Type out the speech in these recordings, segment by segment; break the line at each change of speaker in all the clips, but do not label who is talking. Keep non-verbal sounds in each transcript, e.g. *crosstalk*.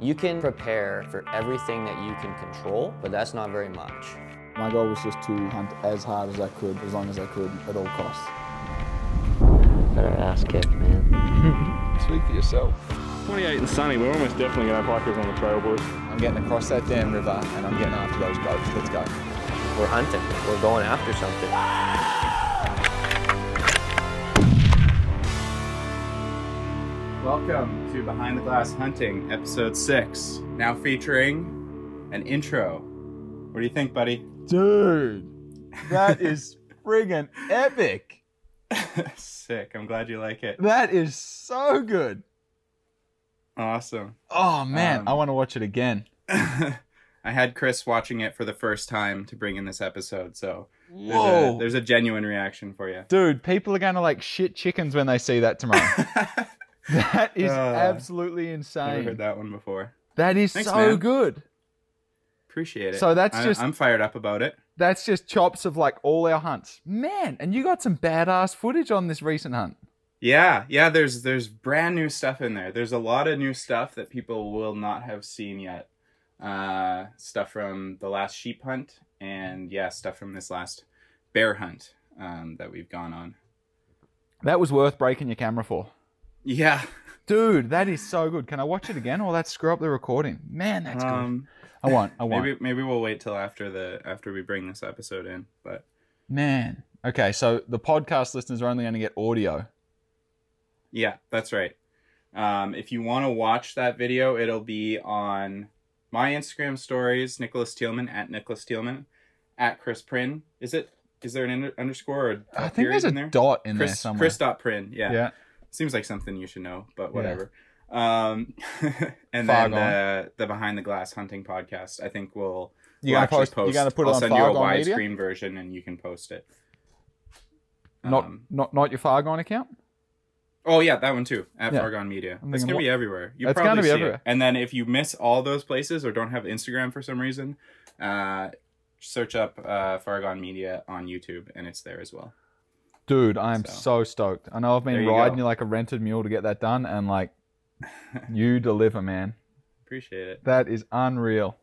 You can prepare for everything that you can control, but that's not very much.
My goal was just to hunt as hard as I could, as long as I could, at all costs.
Better ass kick, man.
Speak for yourself.
28 and sunny. We're almost definitely going to have hikers on the trail, boys.
I'm getting across that damn river and I'm getting after those goats. Let's go.
We're hunting, we're going after something.
Welcome to Behind the Glass Hunting, episode six. Now featuring an intro. What do you think, buddy? *laughs*
Dude, *laughs* that is friggin' epic.
Sick. I'm glad you like it.
That is so good.
Awesome. *laughs*
Oh man,
Um,
I want to watch it again.
I had Chris watching it for the first time to bring in this episode, so there's,
Whoa,
A, there's a genuine reaction for you. *laughs*
dude, people are gonna like shit chickens when they see that tomorrow. *laughs* that is
Uh,
absolutely
Never
insane.
heard that one before.
that is
Thanks,
so
man.
good.
Appreciate it.
So that's
I-
just-
I'm fired up about it.
That's just chops of like all our hunts, man. And you got some badass footage on this recent hunt.
Yeah, yeah. There's there's brand new stuff in there. There's a lot of new stuff that people will not have seen yet. Uh, stuff from the last sheep hunt, and yeah, stuff from this last bear hunt um, that we've gone on.
That was worth breaking your camera for,
Yeah,
dude. That is so good. Can I watch it again, or that screw up the recording? Man, that's
um,
good. I want. I want.
maybe maybe we'll wait till after the after we bring this episode in. But
Man. Okay, so the podcast listeners are only going to get audio.
yeah, that's right. Um, if you want to watch that video, it'll be on my Instagram stories, Nicholas Thielman at Nicholas Thielman, at Chris Prin. Is it? Is there an under- underscore? Or
I
dot
think
period
there's a
in there?
dot in there
Chris,
somewhere.
Chris dot Prin. Yeah.
yeah.
seems like something you should know,
Yeah.
but whatever. Um, *laughs* and
Fog
then the, the behind the glass hunting podcast. I think we'll
You
we'll
gotta
actually
post, You gotta put it
I'll
on
send you a
Fargon Media.
widescreen version, and you can post it.
Not,
Um,
not, not your Fargon account.
Oh yeah, that one too at
Yeah.
Fargon Media.
I'm
It's
thinking,
gonna
what-
be everywhere. You
It's
probably
gonna be
see
everywhere.
It. And then if you miss all those places or don't have Instagram for some reason, uh, search up uh, Fargon Media on YouTube, and it's there as well.
Dude, I am so,
So.
stoked. I know I've
There
been
you
riding
go.
you like a rented mule to get that done, and
*laughs*
like, you deliver, man.
Appreciate it.
That is unreal.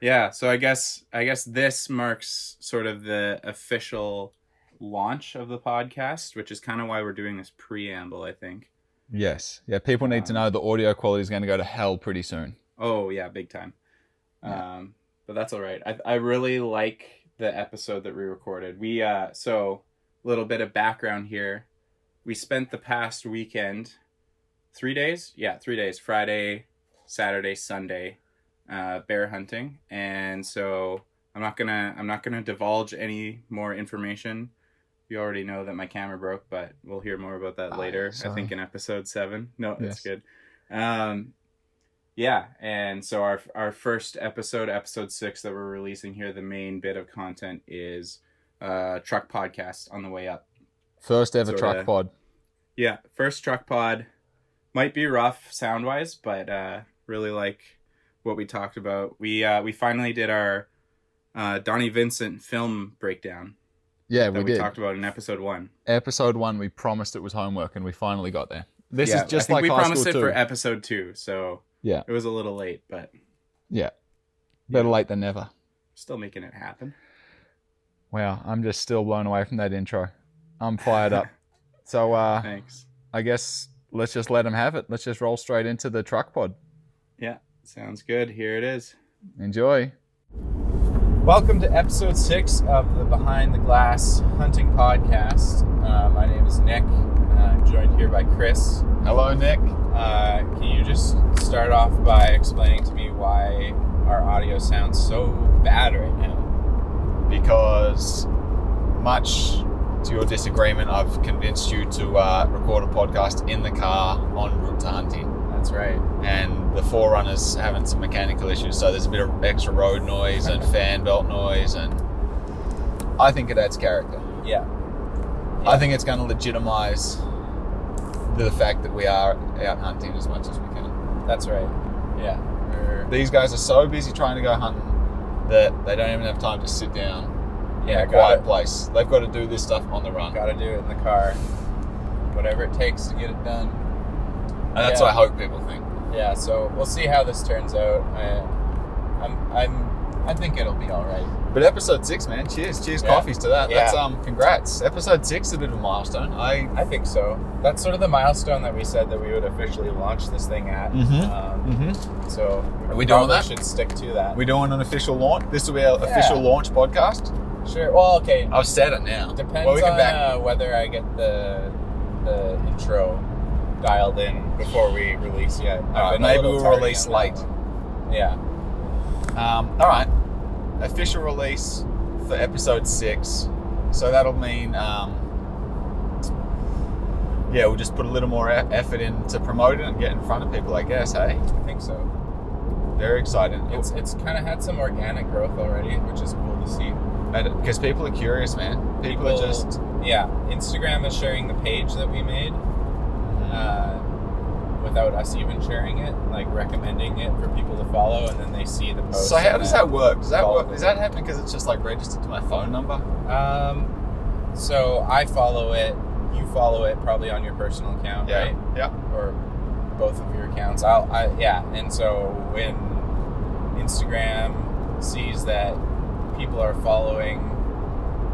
Yeah, so I guess I guess this marks sort of the official launch of the podcast, which is kind of why we're doing this preamble, I think.
Yes. Yeah. People need
Um,
to know the audio quality is going to go to hell pretty soon.
Oh yeah, big time. Um, but that's all right. I I really like the episode that we recorded. We uh so a little bit of background here. We spent the past weekend, three days, yeah, three days, Friday, Saturday, Sunday, uh, bear hunting, and so I'm not gonna I'm not gonna divulge any more information. You already know that my camera broke, but we'll hear more about that
Ah,
later. I
sorry.
think in episode seven. No,
Yes.
that's good. Um, yeah, and so our our first episode, episode six that we're releasing here, the main bit of content is uh, truck podcast on the way up.
First ever
Sorta.
truck pod.
Yeah, first truck pod might be rough sound wise, but uh, really like what we talked about. We uh, we finally did our uh, Donnie Vincent film breakdown
Yeah,
that
we,
we,
did.
talked about in episode one.
Episode one, we promised it was homework, and we finally got there. This
Yeah,
is just
I think
like
we
high
promised
school
it
too.
for episode two, so
Yeah.
it was a little late, but
Better late than never.
still making it happen.
Wow, I'm just still blown away from that intro. I'm fired
*laughs*
up. so uh,
Thanks.
I guess let's just let them have it. Let's just roll straight into the truck pod.
Sounds good. Here it is.
Enjoy.
Welcome to episode six of the Behind the Glass Hunting Podcast. Uh, my name is Nick. Uh, I'm joined here by Chris.
Hello, Nick.
Uh, can you just start off by explaining to me why our audio sounds so bad right now?
Because much to your disagreement, I've convinced you to uh, record a podcast in the car on route to hunting.
That's right.
And the Forerunner's having some mechanical issues, so there's a bit of extra road noise and fan belt noise, and I think it adds character.
Yeah.
I think it's going to legitimize the fact that we are out hunting as much as we can.
That's right. Yeah. We're-
These guys are so busy trying to go hunting that they don't even have time to sit down
yeah.
in a quiet
Got
place. They've got to do this stuff on the run.
Got to do it in the car. Whatever it takes to get it done.
And that's
yeah.
what I hope people think.
Yeah, so we'll see how this turns out. I, I'm, I'm, I think it'll be all right. But episode six, man, cheers, cheers,
Yeah.
coffees to that.
Yeah.
That's um, congrats. Episode six is a bit of a milestone. I,
I think so. That's sort of the milestone that we said that we would officially launch this thing at.
mm-hmm.
Mhm.
Um, So
Are we doing
probably
that?
Should stick to that.
we're doing an official launch. This will be our
Yeah.
official launch podcast.
sure. Well, okay.
I've said it now.
Depends
Well, we can
on
back-
uh, whether I get the the intro dialed in before we release yet. I've
Alright,
been a
Uh, maybe
little
we'll
tardy
release
on that
late.
one. Yeah.
Um, all right, official release for episode six. So that'll mean, um, yeah, we'll just put a little more e- effort in to promote it and get in front of people, I guess. Hey,
I think so.
very excited.
It's it's kind of had some organic growth already, which is cool to see.
because people are curious, man. People, are
People-
just
Yeah, Instagram is sharing the page that we made uh, without us even sharing it, like recommending it for people to follow, and then they see the post.
so. How
and
does
then-
that work? Does that
Follow
work?
them.
Does that happen because it's just like registered to my phone number?
Um, so I follow it. You follow it probably on your personal account, right?
yeah.
Or both of your accounts. I'll, I yeah. And so when Instagram sees that people are following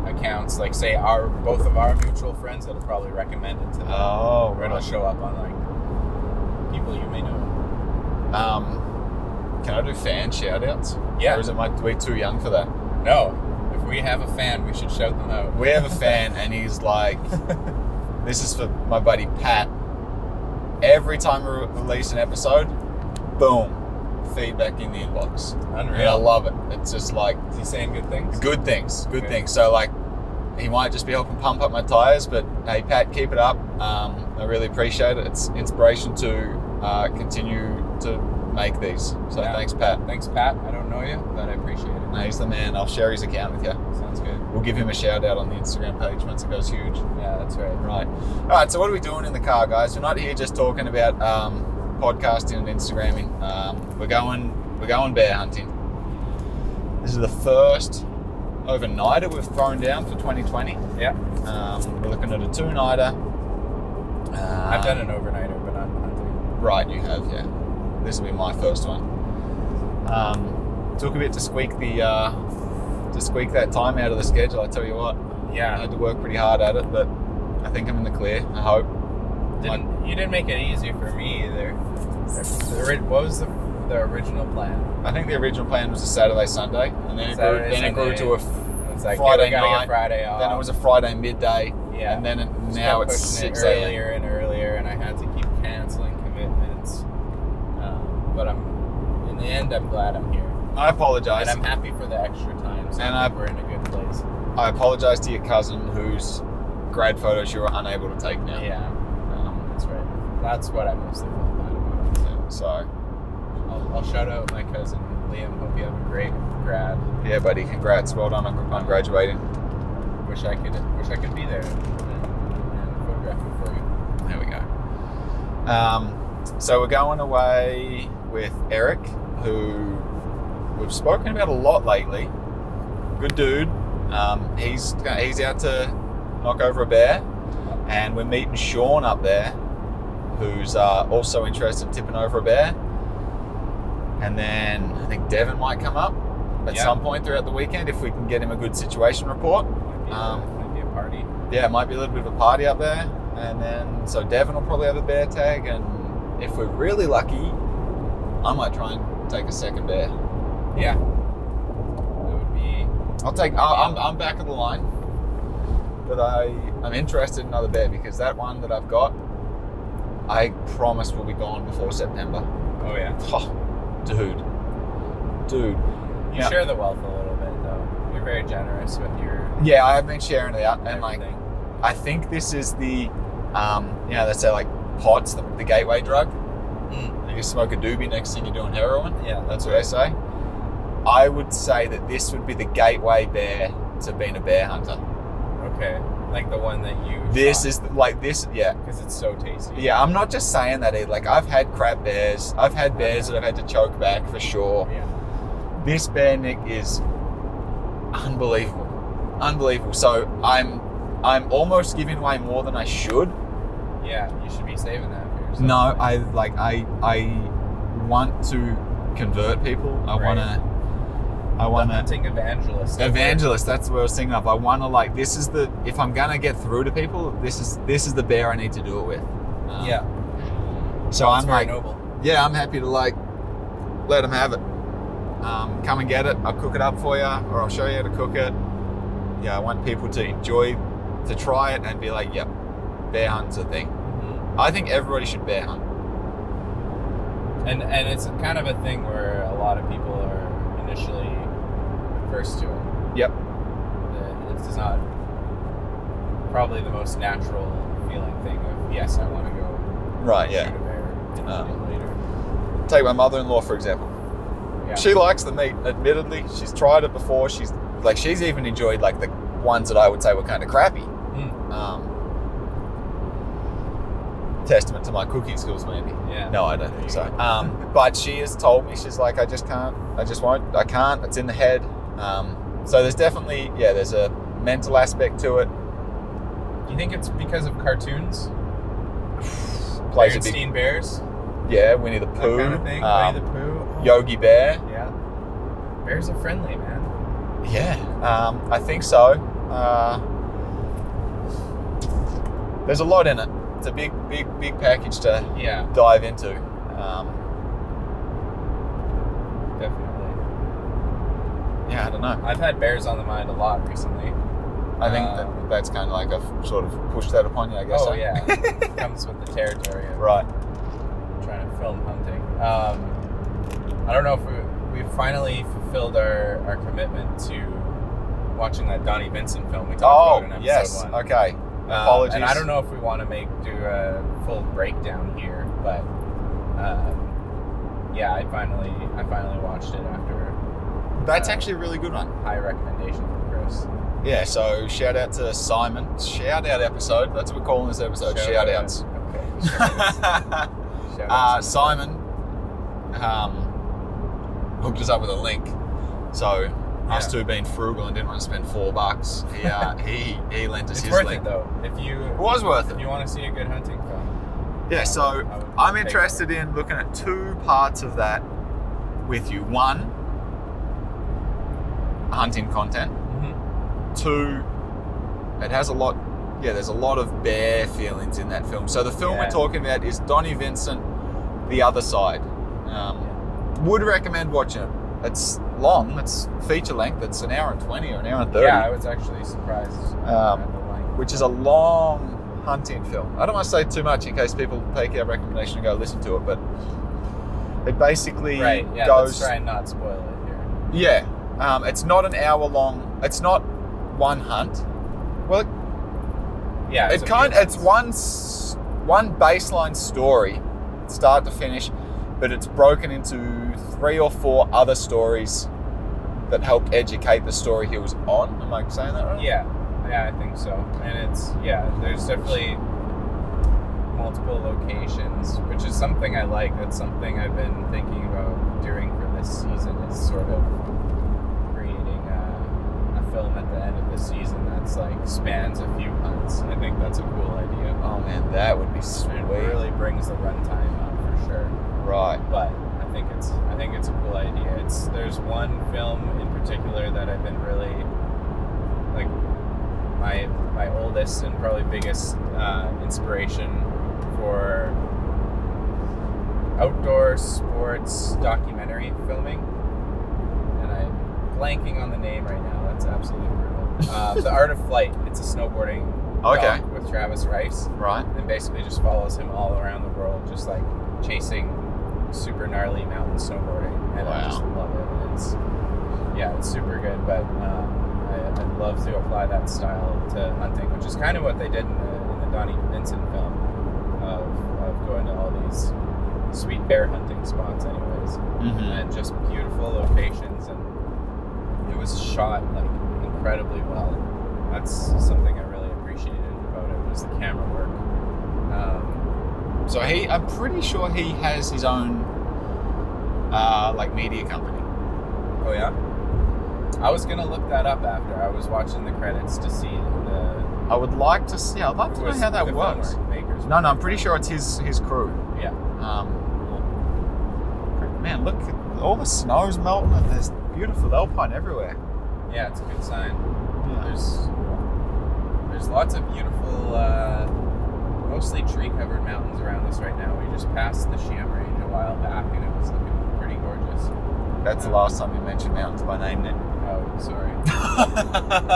accounts, like say our both of our mutual friends, it'll probably recommend it to them.
Oh,
or it'll show up on like people you may know.
Um, can I do fan shout outs?
Yeah.
Or is it my we too young for that?
No, if we have a fan, we should shout them out.
We have a fan, and he's like, "This is for my buddy Pat." Every time we re- release an episode, boom, feedback in the inbox, and I
Unreal.
love it. It's just like
Is he saying good things?
good things, good
Yeah.
things. So like, he might just be helping pump up my tires, but hey, Pat, keep it up. Um, I really appreciate it. It's inspiration to uh, continue to make these. So
Yeah.
thanks, Pat.
Thanks, Pat. I don't know you, but I appreciate it.
No, he's the man. I'll share his account with you.
Sounds good.
We'll give him a shout out on the Instagram page once it goes huge.
Yeah, that's right.
Right. All right. So, what are we doing in the car, guys? We're not here just talking about um, podcasting and Instagramming. Um, we're going. We're going bear hunting. This is the first overnighter we've thrown down for 2020.
Yeah.
Um, we're looking at a two-nighter. Uh,
I've done an overnighter, but not hunting.
Right, you have. Yeah. This will be my first one. Um, took a bit to squeak the uh, to squeak that time out of the schedule. I tell you what. I
Yeah.
had to work pretty hard at it, but I think I'm in the clear. I hope.
Didn't, you didn't make it easy for me either. The ori- What was the, the original plan?
I think the original plan was a Saturday Sunday, and then it
Saturday,
grew, then it grew
Sunday.
to a f-
It's like
Friday
Friday gotta
night,
Get Friday off.
then it was a Friday midday,
yeah.
and then it,
Just
now
kept
it's
pushing it
six a.m.
earlier and earlier, and I had to keep canceling commitments. Um, but I'm in the end. I'm glad I'm here,
I apologize.
and I'm happy for the extra time. So
And
I
I-
think we're in a good place.
I apologize to your cousin whose grad photos you were unable to take now.
Yeah,
Um,
that's right. That's what I mostly felt bad about.
so
I'll, I'll shout out my cousin Liam. Hope you have a great grad.
yeah, buddy, congrats. Well done on, on graduating.
Wish I could. Wish I could be there and, and photograph it for you.
There we go. Um, so we're going away with Eric, who we've spoken about a lot lately. Good dude. Um, he's he's out to knock over a bear, and we're meeting Sean up there, who's uh, also interested in tipping over a bear. And then I think Devin might come up at
Yeah.
some point throughout the weekend if we can get him a good situation report.
Might be, a,
Um,
might be a party.
Yeah, it might be a little bit of a party up there. And then, so Devin will probably have a bear tag. And if we're really lucky, I might try and take a second bear.
Yeah, that would be.
I'll take, I- I'm, I'm back of the line. But I, I'm interested in another bear because that one that I've got, I promise will be gone before September.
Oh yeah.
Oh, dude. Dude.
You
Yeah.
share the wealth a little bit though. You're very generous with your.
Yeah, I have been sharing it out. And like,
Everything.
I think this is the, um, you know, they say like pot's the, the gateway drug. You just smoke a doobie, next thing you're doing heroin.
Hmm. Yeah,
That's what they say. I would say that this would be the gateway bear to being a bear hunter.
Okay, like the one that you.
This is like this, yeah,
because it's so tasty.
yeah. I'm not just saying that either. Like I've had crap bears. I've had bears that I've had to choke back for sure.
Yeah.
This bear Nick is unbelievable, unbelievable. So I'm, I'm almost giving away more than I should.
Yeah. You should be saving that for yourself.
No, I like I I want to convert people. I
Right.
want to. I want to
Hunting evangelist.
evangelist that's what i was thinking of i want to like this is the if i'm gonna get through to people this is this is the bear i need to do it with Um,
Yeah.
so
that's
i'm
very
like
noble.
yeah i'm happy to like let them have it um, come and get it i'll cook it up for you or i'll show you how to cook it yeah i want people to enjoy to try it and be like yep bear hunt's a thing
Mm-hmm.
i think everybody should bear hunt
And and it's kind of a thing where a lot of people are initially averse to it.
Yep.
That It's just not probably the most natural feeling thing of yes, I want to go
right
shoot a bear and
Um,
eat it later.
take my mother-in-law for example
Yeah.
she likes the meat admittedly she's tried it before she's like she's even enjoyed like the ones that i would say were kind of crappy
Mm.
um, testament to my cooking skills maybe
Yeah.
no i don't think so um, but she has told me she's like i just can't i just won't i can't it's in the head um, so there's definitely yeah there's a mental aspect to it
Do you think it's because of cartoons?
plays a big
Berenstein Bears,
yeah winnie the
that
pooh
kind of thing.
um,
Winnie the Pooh. Oh,
yogi bear
Yeah. Bears are friendly, man.
Yeah, um, I think so. Uh, there's a lot in it. It's a big, big, big package to
Yeah,
dive into. Um,
definitely.
yeah, I don't know.
I've had bears on the mind a lot recently.
I think
Uh,
that that's kind of like I've sort of pushed that upon you, I guess.
oh
eh?
*laughs* yeah, It comes with the territory of
Right.
trying to film hunting. Um, I don't know if we, we finally fulfilled our, our commitment to watching that Donnie Vincent film we talked about
Oh,
in episode
yes.
one.
Okay.
Um,
Apologies.
and I don't know if we want to make do a full breakdown here, but um, yeah, I finally I finally watched it after
That's
uh,
actually a really good one.
high recommendation from Chris.
Yeah, so shout out to Simon. Shout out episode. That's what we're calling this episode. Shout,
Shout
outs.
Okay. Shout outs.
uh, Simon um, hooked us up with a link. So us two being frugal and didn't want to spend four bucks, he uh, he he lent us
It's
his
worth
link.
it though. If you
It was worth
if
it.
you want to see a good hunting film,
Yeah. So
I would
I'm
take
interested in looking at two parts of that with you. One, hunting content.
Mhm.
Two, it has a lot. Yeah, there's a lot of bare feelings in that film. So the film
Yeah.
we're talking about is Donnie Vincent, The Other Side. Um, would recommend watching it. It's long. It's feature length. It's an hour and twenty or an hour and thirty,
Yeah, I was actually surprised.
Um,
at the length.
which is a long hunting film. I don't want to say too much in case people take our recommendation and go listen to it, but it basically
right? Yeah,
goes.
let's try and not spoil it here.
Yeah, um, it's not an hour long. It's not one hunt. Well, it
Yeah,
it kind it's one s- one baseline story start to finish but it's broken into three or four other stories that helped educate the story he was on am i saying that right
Yeah, yeah, I think so. And it's yeah, there's definitely multiple locations, which is something I like. That's something I've been thinking about doing for this season is sort of creating a, a film at the end of the season that's like spans a few hunts. I think that's a cool idea.
oh man that would be
It
sweet
really brings the runtime up for sure.
right
but I think it's I think it's a cool idea. It's there's one film in particular that I've been really like my my oldest and probably biggest uh, inspiration for outdoor sports documentary filming, and I'm blanking on the name right now. That's absolutely brutal. Uh, the Art of Flight. It's a snowboarding
okay
doc with Travis Rice
right
and basically just follows him all around the world, just like chasing super gnarly mountain snowboarding. And I
Wow.
just love it. It's yeah, it's super good. But um, I, I'd love to apply that style to hunting, which is kind of what they did in the, in the Donnie Vincent film of, of going to all these sweet bear hunting spots, anyways
mm-hmm.
and just beautiful locations and it was shot like incredibly well that's something i really appreciated about it was the camera work um,
so he i'm pretty sure he has his own uh, like media company
oh yeah i was gonna look that up after i was watching the credits to see the
i would like to see i'd like to know
was
how
the
that
film
works
work makers
no no i'm pretty sure it's his his crew
yeah
um, man, look, all the snow's melting and there's beautiful alpine everywhere.
Yeah, it's a good sign.
Yeah.
There's there's lots of beautiful, uh, mostly tree covered mountains around us right now. We just passed the Shiam Range a while back and it was looking pretty gorgeous.
That's the last time you mentioned mountains by name,
*laughs*
Nick.
Oh, sorry.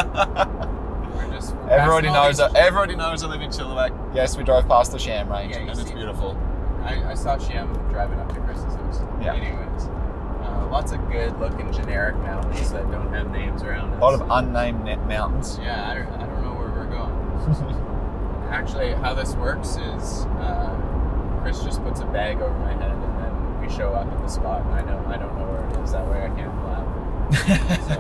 We're just
*laughs*
we're
everybody
passing all
knows.
these-
Everybody knows I live in Chilliwack. Yes, we drove past the Sham Range,
Yeah, you
and it's
see.
beautiful.
I, I saw Sham driving up to Chris's house.
Yeah.
Anyways, uh, lots of good looking generic mountains that don't have names around us.
A lot of unnamed net mountains.
Yeah, I, don't- I don't know where we're going.
*laughs*
Actually, how this works is uh, Chris just puts a bag over my head, and then we show up at the spot, and I know I don't know where it is. That way, I can't flap.
*laughs*
So,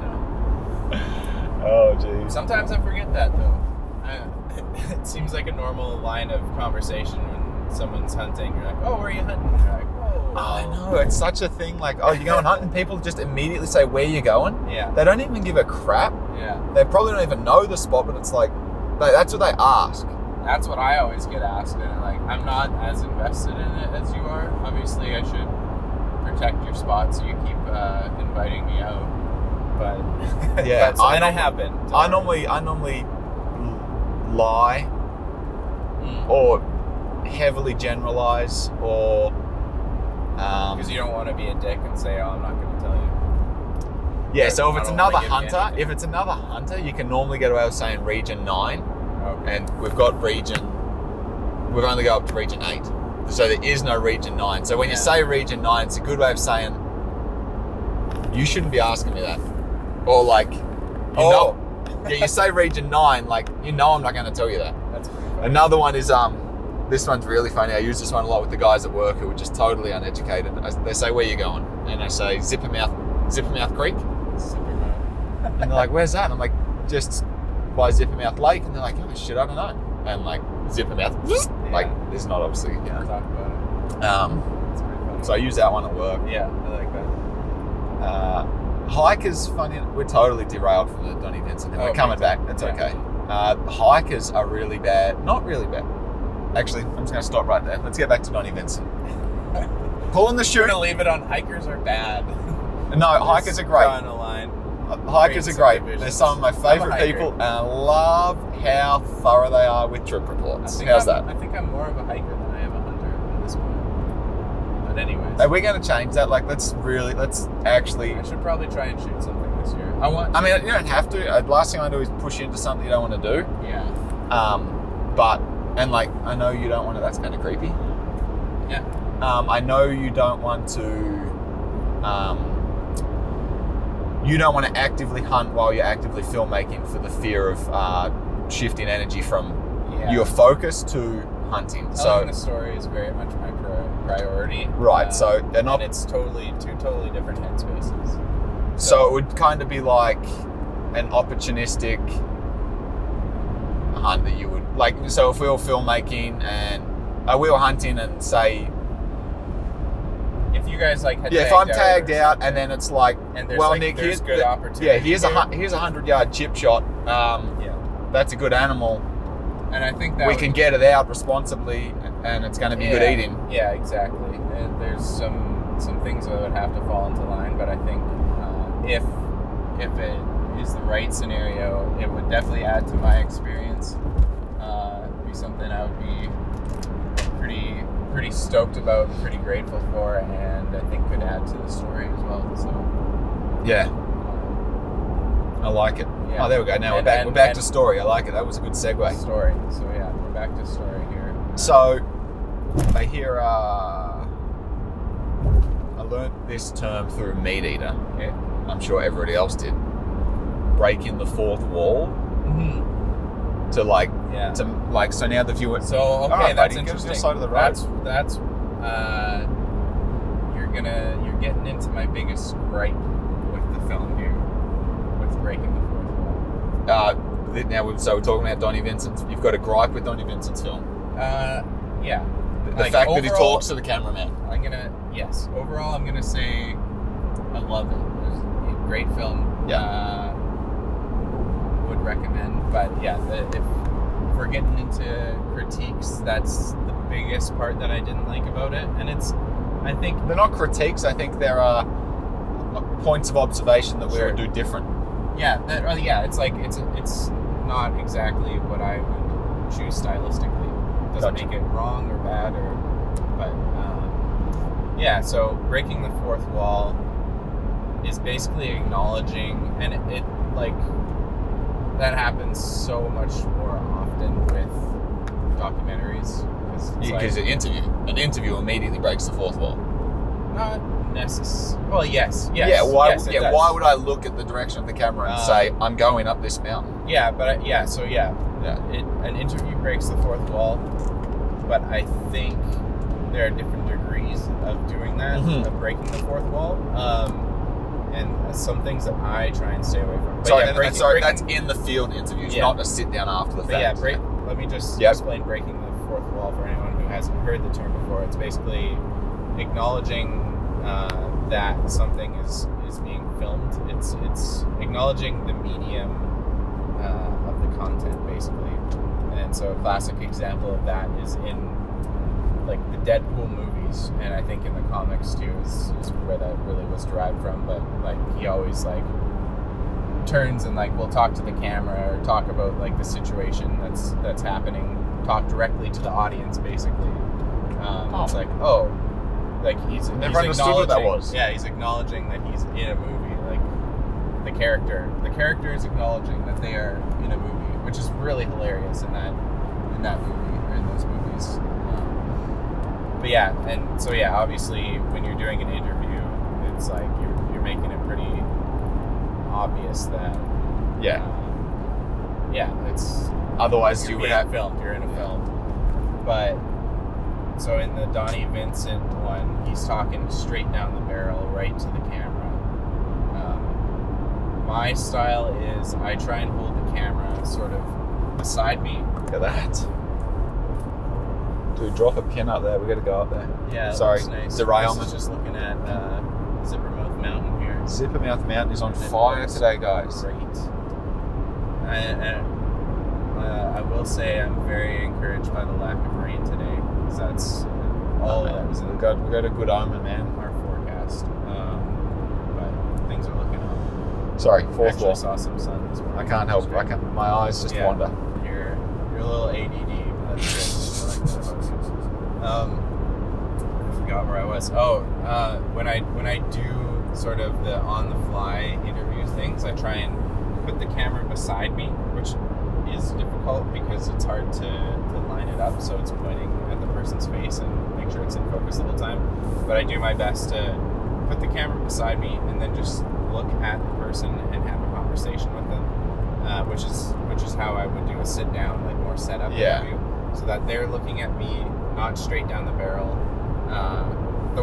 no.
oh, jeez.
Sometimes I forget that though. I, *laughs* it seems like a normal line of conversation when someone's hunting. You're like, "Oh, where are you hunting?" And You're like, "Whoa."
Oh, I know. It's such a thing. Like, oh, you're going hunting. People just immediately say where you're going.
Yeah,
They don't even give a crap.
yeah.
They probably don't even know the spot, but it's like, they, that's what they ask.
That's what I always get asked, and like, I'm not as invested in it as you are. Obviously, I should protect your spot, so you keep uh, inviting me out. But
Yeah,
That's- and I
I know-
have been.
I normally, I normally lie
Mm.
or heavily generalize or um,
because you don't want to be a dick and say, "Oh, I'm not going to tell you."
yeah. So if
I
it's
don't
another
wanna give you
hunter, if it's another hunter, you can normally get away with saying region nine,
Okay.
and we've got region. We've only got up to region eight, so there is no region nine. So when you
Yeah.
say region nine, it's a good way of saying you shouldn't be asking me that, or like, you
Oh.
know, yeah, you say region nine, like you know, I'm not going to tell you that.
That's pretty funny.
Another one is um, this one's really funny. I use this one a lot with the guys at work who are just totally uneducated. I, they say, "Where you going?" And I say, "Zippermouth, Zippermouth Creek." And they're like, "Where's that?" And I'm like, "Just by Zippermouth Lake." And they're like, "Oh shit, I don't know." And like Zippermouth, like there's not obviously.
I'll
Yeah.
talk about
Um,
it. It's pretty funny.
so I use that one at work.
yeah, I like that.
Uh, hikers, funny, we're totally derailed from the Donny Denson. thing.
Oh,
we're coming
okay.
back. That's
Yeah.
okay. Uh, hikers are really bad. Not really bad. Actually, I'm just going to stop right there. Let's get back to Donny
*laughs*
Vincent. Pulling the
We're
shoot.
gonna leave it on hikers are bad.
No, hikers are great. Uh,
On a line.
Hikers are great.
subdivisions.
They're some of my
I'm a
favourite
hiker.
people, and I love how thorough they are with trip
I
reports.
think
How's
I'm,
that?
I think I'm more of a hiker than I am a hunter at this point. But anyways,
Are we going to change that? Like, let's really, let's actually.
I should probably try and shoot something this year. I want.
I mean, you don't have to. Uh, Last thing I do is push you into something you don't want to do.
yeah.
Um, but and like I know you don't want to. That's kind of creepy.
Yeah.
Um, I know you don't want to. Um, you don't want to actively hunt while you're actively filmmaking for the fear of uh, shifting energy from
Yeah. Oh,
your focus to hunting.
Telling
So
the story is very much my pri- priority.
right,
Uh,
so they're
and
not.
it's totally two totally different headspaces.
So it would kind of be like an opportunistic hunt that you would like. So if we were filmmaking and uh, we were hunting and say
If you guys like, had
Yeah, if I'm tagged out, and then it's like,
and there's
well,
like,
Nick,
there's
here's
good
the-
opportunity.
yeah, here's a
here.
hun- here's a hundred yard chip shot. Um,
yeah,
that's a good animal.
and I think that
we
would-
can get it out responsibly, and it's going to be
Yeah.
good eating.
Yeah, exactly. And there's some some things that would have to fall into line, but I think uh, if if it is the right scenario, it would definitely add to my experience. Uh, be something I would be pretty pretty stoked about, pretty grateful for, and I think could add to the story as well. So
Yeah,
uh,
I like it.
Yeah.
Oh, there we go. Now we're
And-
back.
and-
we're back
and-
to story. I like it. That was a good segue.
story. So yeah, we're back to story here.
So I hear. Uh, I learnt this term through Meat Eater.
Okay.
I'm sure everybody else did. Breaking the fourth wall to like
Mm-hmm. yeah.
to like. So now the viewer.
So okay,
All right,
that's
Ah, buddy, give us
interesting.
your side of the road.
That's that's uh, you're gonna you're getting into my biggest gripe with the film here, with breaking the fourth wall.
uh, th- now we've, so we're talking about Donnie Vincent's. You've got a gripe with Donnie Vincent's film.
Uh, yeah,
The
Like,
fact that he
overall-
talks to the cameraman.
I'm gonna yes. Overall, I'm gonna say I love it. It was a great film.
Yeah.
Uh, would recommend, but yeah, the, if, if we're getting into critiques, that's the biggest part that I didn't like about it, and it's I think
They're not critiques. I think there are uh, points of observation that we
Sure.
would do different.
yeah, that, oh, yeah. It's like it's it's not exactly what I would choose stylistically. Doesn't
Gotcha.
make it wrong or bad or, but um, yeah. So breaking the fourth wall is basically acknowledging, and it, it like that happens so much more often with documentaries because
Because an interview, an interview immediately breaks the fourth wall.
not necessary. Well, yes, yes.
yeah. Why?
yes, it
yeah.
does.
Why would I look at the direction of the camera and
Uh,
say I'm going up this mountain?
Yeah, but I, yeah, so yeah,
Yeah.
it, an interview breaks the fourth wall, but I think there are different degrees of doing that,
Mhm.
of breaking the fourth wall, um, and uh, some things that I try and stay away from. But
sorry,
yeah,
and-
breaking-
and sorry.
breaking-
That's in the field interviews,
Yeah.
not a sit down after the
but
fact.
yeah, break. Let me just
Yep.
explain breaking the fourth wall for anyone who hasn't heard the term before. It's basically acknowledging uh, that something is is being filmed. It's it's acknowledging the medium uh, of the content, basically. And so, a classic example of that is in like the Deadpool movies, and I think in the comics too is, is where that really was derived from. But like he always like turns and like will talk to the camera or talk about like the situation that's that's happening, talk directly to the audience basically. Um, It's like oh, like he's
Never
he's
understood what that
acknowledging-
was.
Yeah, he's acknowledging that he's in a movie. Like the character, the character is acknowledging that they are in a movie, which is really hilarious in that in that movie or in those movies. Um, But yeah, and so yeah, obviously when you're doing an interview, it's like you're, you're making it pretty obvious that
Yeah.
um, yeah, it's
Otherwise,
you're
you would
being
have.
filmed. You're in a film, but so in the Donnie Vincent one, he's talking straight down the barrel, right to the camera. Um, my style is I try and hold the camera sort of beside me.
Look at that. Dude, drop a pin up there. We got to go up there.
Yeah, that
Sorry,
looks nice.
derailment.
This is just looking at uh, Zippermouth Mountain here.
Zippermouth Mountain is on
It
fire
looks
today, guys.
Great. I, I, uh, I will say I'm very encouraged by the lack of rain today because that's uh,
Oh,
all that was in
We got, we got a good omen, man.
our forecast. Um, but things are looking up.
Sorry, fourth
Actually,
wall.
saw some sun this morning.
I can't help. it. I can't. My eyes just
Yeah.
wander.
You're, you're a little ADD, but that's good. I like that about you. Um, I forgot where I was. Oh, uh, when I when I do sort of the on the fly interview things, I try and put the camera beside me, which is difficult because it's hard to, to line it up so it's pointing at the person's face and make sure it's in focus the whole time. But I do my best to put the camera beside me and then just look at the person and have a conversation with them, uh, which is which is how I would do a sit down, like more setup
Yeah.
interview, so that they're looking at me, not straight down the barrel. Uh, the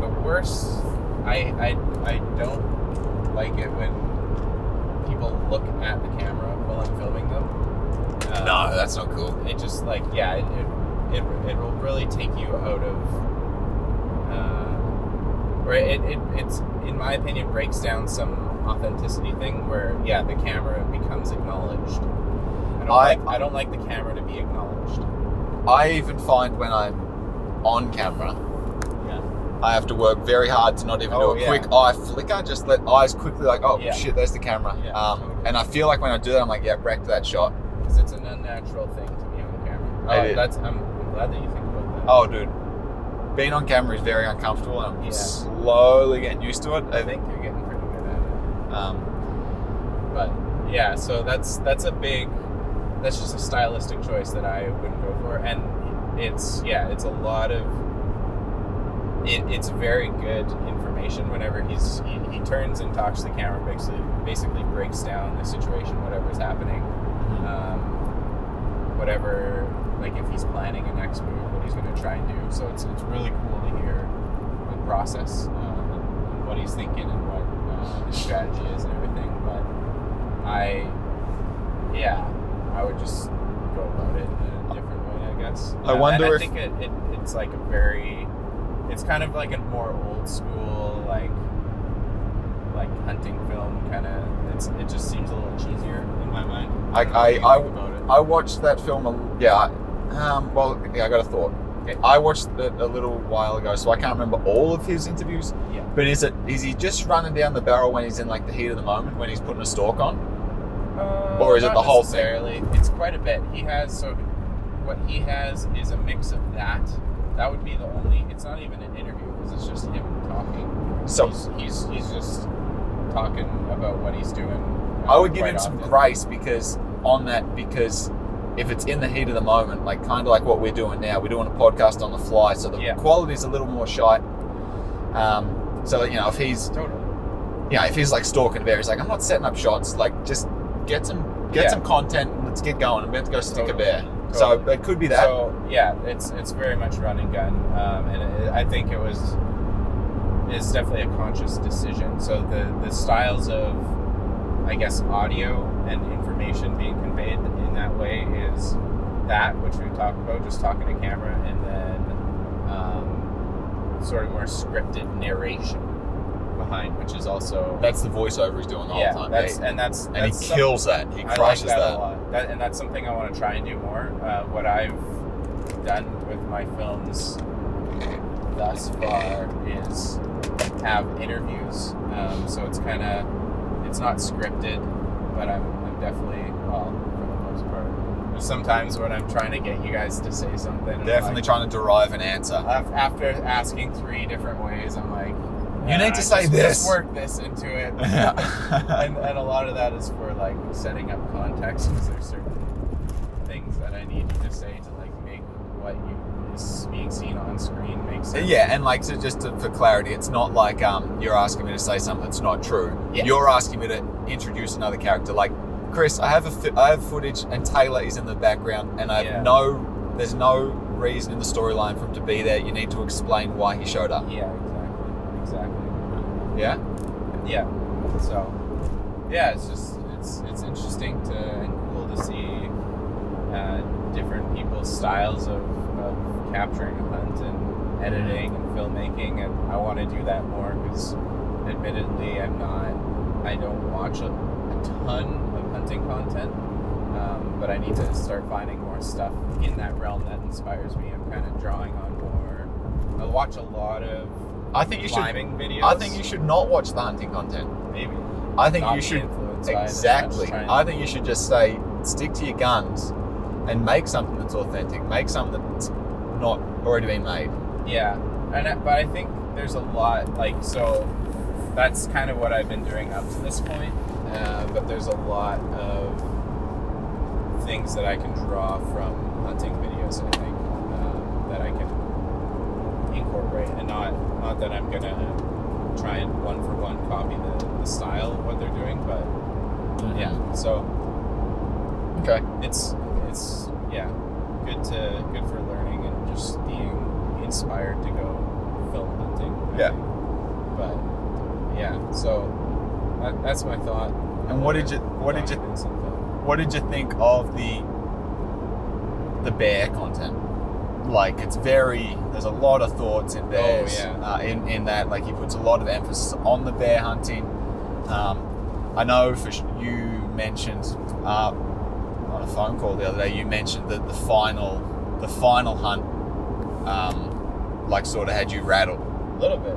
the worst, I I I don't like it when people look at the camera while I'm filming them. Uh,
No, that's not cool.
it just like yeah it it, it, it will really take you out of uh, or it, it it's in my opinion breaks down some authenticity thing where yeah the camera becomes acknowledged I don't,
I-
like, I don't like the camera to be acknowledged
I even find when I'm on camera,
Yeah.
I have to work very hard to not even
Oh,
do a
yeah.
quick eye flicker. Just let eyes quickly like, oh
Yeah.
shit, there's the camera.
Yeah,
um,
totally.
And I feel like when I do that, I'm like, yeah, wrecked that shot.
because it's an unnatural thing to be on camera
It
Oh,
is.
that's I'm, I'm glad that you think about that
Oh, dude, being on camera is very uncomfortable, and I'm
Yeah.
slowly getting used to it.
I think you're getting pretty good at it
Um,
but yeah so that's that's a big that's just a stylistic choice that i wouldn't go for and it's yeah it's a lot of it, it's very good information whenever he's he, he turns and talks to the camera basically basically breaks down the situation whatever's happening um, whatever like if he's planning a next move what he's going to try and do so it's, it's really cool to hear the process uh, and what he's thinking and what uh, his strategy is and everything but I, yeah, I would just go about it in a different way, I guess.
I wonder
and I
if-
think it, it, it's like a very, it's kind of like a more old school like, like hunting film kind of. It's it just seems a little cheesier in my mind.
I-
don't know what you
I- I-
think about it.
I watched that film. a- Yeah. I- Um, well, yeah, I got a thought. I watched it a little while ago, so I can't remember all of his interviews.
Yeah.
But is it is he just running down the barrel when he's in like the heat of the moment when he's putting a stalk on?
Uh,
Or is it
not
the whole thing?
necessarily. It's quite a bit. He has so what he has is a mix of that. That would be the only. It's not even an interview because it's just him talking.
So
he's, he's he's just talking about what he's doing. uh,
I would give
quite
him some
often.
grace because on that because if it's in the heat of the moment, like kind of like what we're doing now, we're doing a podcast on the fly, so the
Yeah.
quality's a little more shy. Um, so you know if he's
Totally.
you know if he's like stalking a bear, he's like I'm not setting up shots. Like just get some get
Yeah.
some content. and Let's get going. I'm about to go stick
Totally.
a bear. So
Totally.
it could be *laughs* that.
So yeah, it's it's very much run and gun, um, and it, I think it was it's definitely a conscious decision. So the the styles of I guess audio and information being conveyed in that way is that which we talked about, just talking to camera, and then um, sort of more scripted narration behind, which is also
That's the voiceover he's doing the
yeah,
whole time.
that's
eh?
and that's
and
that's
he
some-
kills that. He
I like
crushes
that,
that.
a lot. That- and that's something I want to try and do more. Uh, what I've done with my films thus far is have interviews. Um, so it's kind of it's not scripted, but I'm, I'm definitely well for the most part. There's sometimes when I'm trying to get you guys to say something, I'm
Definitely
like-
trying to derive an answer.
*laughs*
*laughs*
af- after asking three different ways, I'm like,
You need
"Ah,
to say
just-
this."
Just work this into it
*laughs*
*laughs* and, and a lot of that is for like setting up context because there's certain things that I need you to say to like make what you is being seen on screen make sense.
Yeah, and like so just to, for clarity, it's not like um, you're asking me to say something that's not true.
Yeah.
You're asking me to introduce another character. Like Chris, I have a fi- I have footage, and Taylor is in the background, and I have
Yeah.
no there's no reason in the storyline for him to be there. You need to explain why he showed up.
Yeah, exactly, exactly.
Yeah,
Yeah, so yeah, it's just it's it's interesting to and cool to see uh, different people's styles of, of capturing a hunt and editing and filmmaking, and I want to do that more because, admittedly, I'm not I don't watch a, a ton of hunting content, um, but I need to start finding more stuff in that realm that inspires me. I'm kind of drawing on more. I watch a lot of
I think you should.
climbing videos.
I think you should not watch the hunting content.
maybe.
I think
Not
you
be
should
influenced by it as much,
Exactly.
try and-
I think you should just say stick to your guns and make something that's authentic. Make something that's not already been made.
yeah, and I, but I think there's a lot like so. That's kind of what I've been doing up to this point, uh, but there's a lot of things that I can draw from hunting videos. I think um, that I can incorporate, and not not that I'm gonna try and one for one copy the, the style of what they're doing, but
Mm-hmm.
yeah. So
Okay.
it's it's yeah good to good for learning and just being inspired to go film hunting I
Yeah.
think. but yeah so that, that's my thought
And what did you what did you what did you think of the the bear content? Like it's very there's a lot of thoughts in bears.
yeah.
Uh, in in that like he puts a lot of emphasis on the bear hunting. Um, I know for sh- you mentioned uh, on a phone call the other day you mentioned that the final the final hunt um, like sort of had you rattled.
a little bit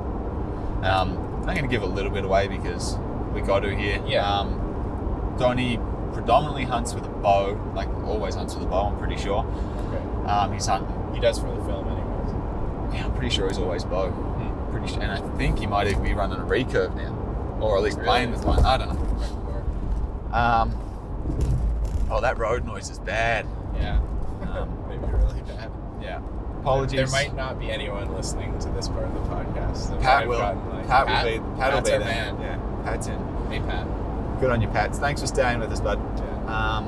Um, I'm going to give a little bit away because we got to here.
Yeah.
Um, Donnie predominantly hunts with a bow, like always hunts with a bow. I'm pretty sure.
okay
Um, he's hunting.
he does for the film anyways
Yeah, I'm pretty sure he's always bow. Pretty sure, and I think he might even be running a recurve now, or at least
Really?
playing with one. I don't know. Um, oh, that road noise is bad. *laughs*
yeah
Um,
maybe really bad
yeah. Apologies.
there might not be anyone listening to this part of the podcast that might
Pat
have
will.
gotten, like,
Pat, will be. Pat will
Pat's
be
our
there.
man
Yeah. Pat's in.
hey Pat
Good on you, Pats. Thanks for staying with us, bud.
yeah.
Um,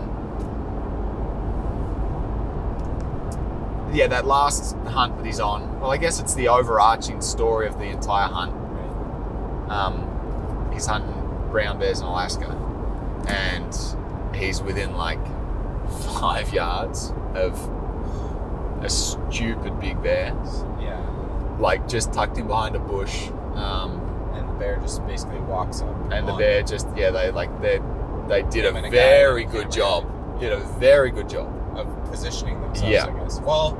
yeah, that last hunt that he's on. Well, I guess it's the overarching story of the entire hunt.
Right.
Um, he's hunting brown bears in Alaska, and he's within like *laughs* five yards of a stupid big bear,
yeah
like just tucked in behind a bush. Um,
and the bear just basically walks up
and the
on-
bear just yeah, they like they they did
Him and
a
a guy.
very good job. Did a very good job.
of positioning themselves,
Yeah.
I guess. Well,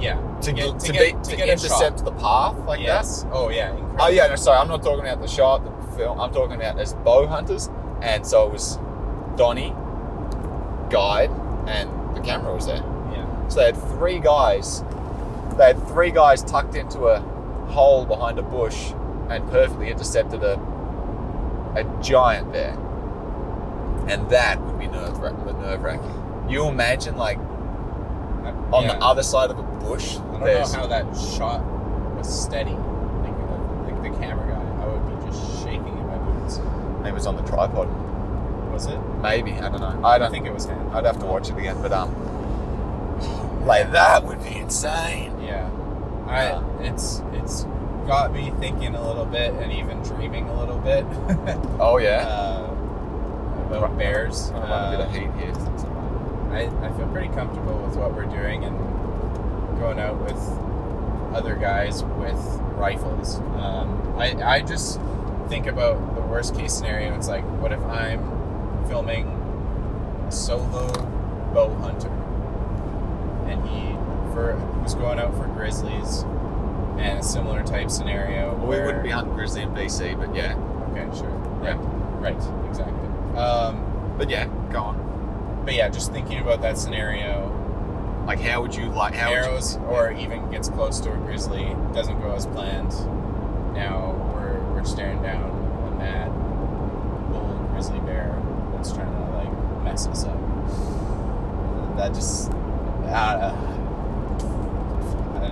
Yeah.
to get to,
to
be,
get-
to,
to get a
intercept the path like
yes.
that.
Oh yeah.
Oh yeah, no, sorry, I'm not talking about the shot, the film. I'm talking about as bow hunters, and so it was Donnie, guide, and the camera was there.
Yeah.
So they had three guys. They had three guys tucked into a hole behind a bush and perfectly intercepted a a giant bear. And that would be nerve nerve wracking. You imagine like on
yeah.
the other side of a bush.
I don't
there's
know how that shot was steady. Like, uh, like the camera guy, I would be just shaking in my boots.
it was on the tripod.
Was it?
Maybe I don't know. I
I
don't
think
think
it was him.
I'd have to watch it again. But um, like that would be insane.
Yeah. I it's it's got me thinking a little bit and even dreaming a little bit *laughs*
Oh yeah.
uh, about bears. Uh,
I'm running a bit of heat here.
I, I feel pretty comfortable with what we're doing and going out with other guys with rifles. Um, I, I just think about the worst case scenario. It's like, what if I'm filming a solo bow hunter and he for who's going out for grizzlies and a similar type scenario?
Well, we
where-
wouldn't be hunting grizzly in BC, but yeah,
Okay, sure.
Yeah.
Right. Right. Exactly. Um,
but yeah, go on.
but yeah, just thinking about that scenario.
Like how would you like how? Would you,
arrows or even gets close to a grizzly doesn't go as planned now we're, we're staring down on that bull grizzly bear that's trying to like mess us up that just uh,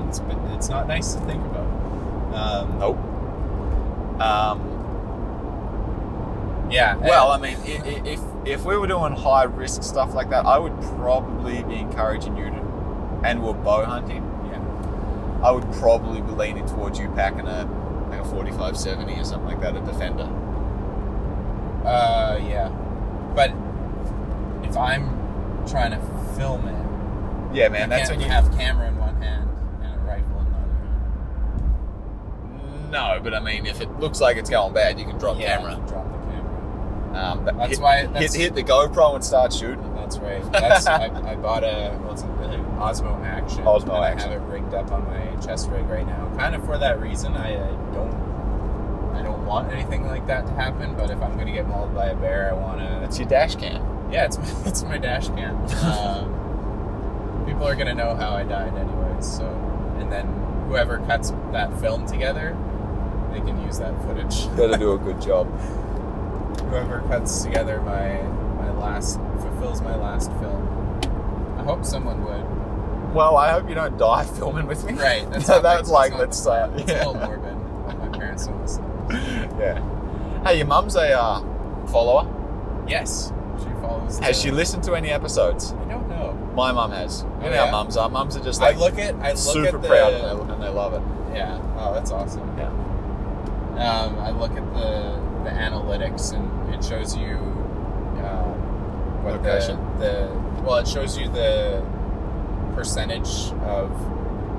it's, but it's not nice to think about um,
nope. Um,
yeah
well, I mean, i- i- if if we were doing high risk stuff like that, I would probably be encouraging you to, and we're bow hunting.
Yeah.
I would probably be leaning towards you packing a like a forty five seventy or something like that, a defender.
Uh, yeah. But if I'm trying to film it,
Yeah, man,
I
that's
can't
when you
have camera in one hand and a rifle in the other hand.
No, but I mean, if it looks like it's going bad, you can drop
Yeah,
camera.
Drop the camera.
Um, but
That's
hit,
why. That's,
hit hit the GoPro and start shooting. *laughs*
That's right. That's, I, I bought a what's it really Osmo Action.
Osmo
and
Action.
I have it rigged up on my chest rig right now, kind of for that reason. I, I don't. I don't want anything like that to happen. But if I'm gonna get mauled by a bear, I want to.
That's your dash cam.
Yeah, it's *laughs* my, it's my dash cam. Um, people are gonna know how I died anyways, so and then whoever cuts that film together, they can use that footage.
*laughs*
*laughs*
Gotta do a good job.
Whoever cuts together my my last fulfills my last film. I hope someone would.
Well, I hope you don't die *laughs* filming with me. *laughs*
Right. That's,
So
not-
that's like,
not-
let's say.
It's a little
Yeah.
morbid. My parents don't listen.
*laughs* yeah. Hey, your mum's a uh, follower.
Yes, she follows.
Has
the-
she listened to any episodes?
I don't know.
My mum has. You
Oh,
know
yeah?
how mums are. Mums are just
I
like
look at I look
super
at the,
proud and they, and they love it.
Yeah. Oh, that's awesome.
Yeah.
Um, I look at the the analytics, and it shows you uh, what
Location.
The, the well, it shows you the percentage of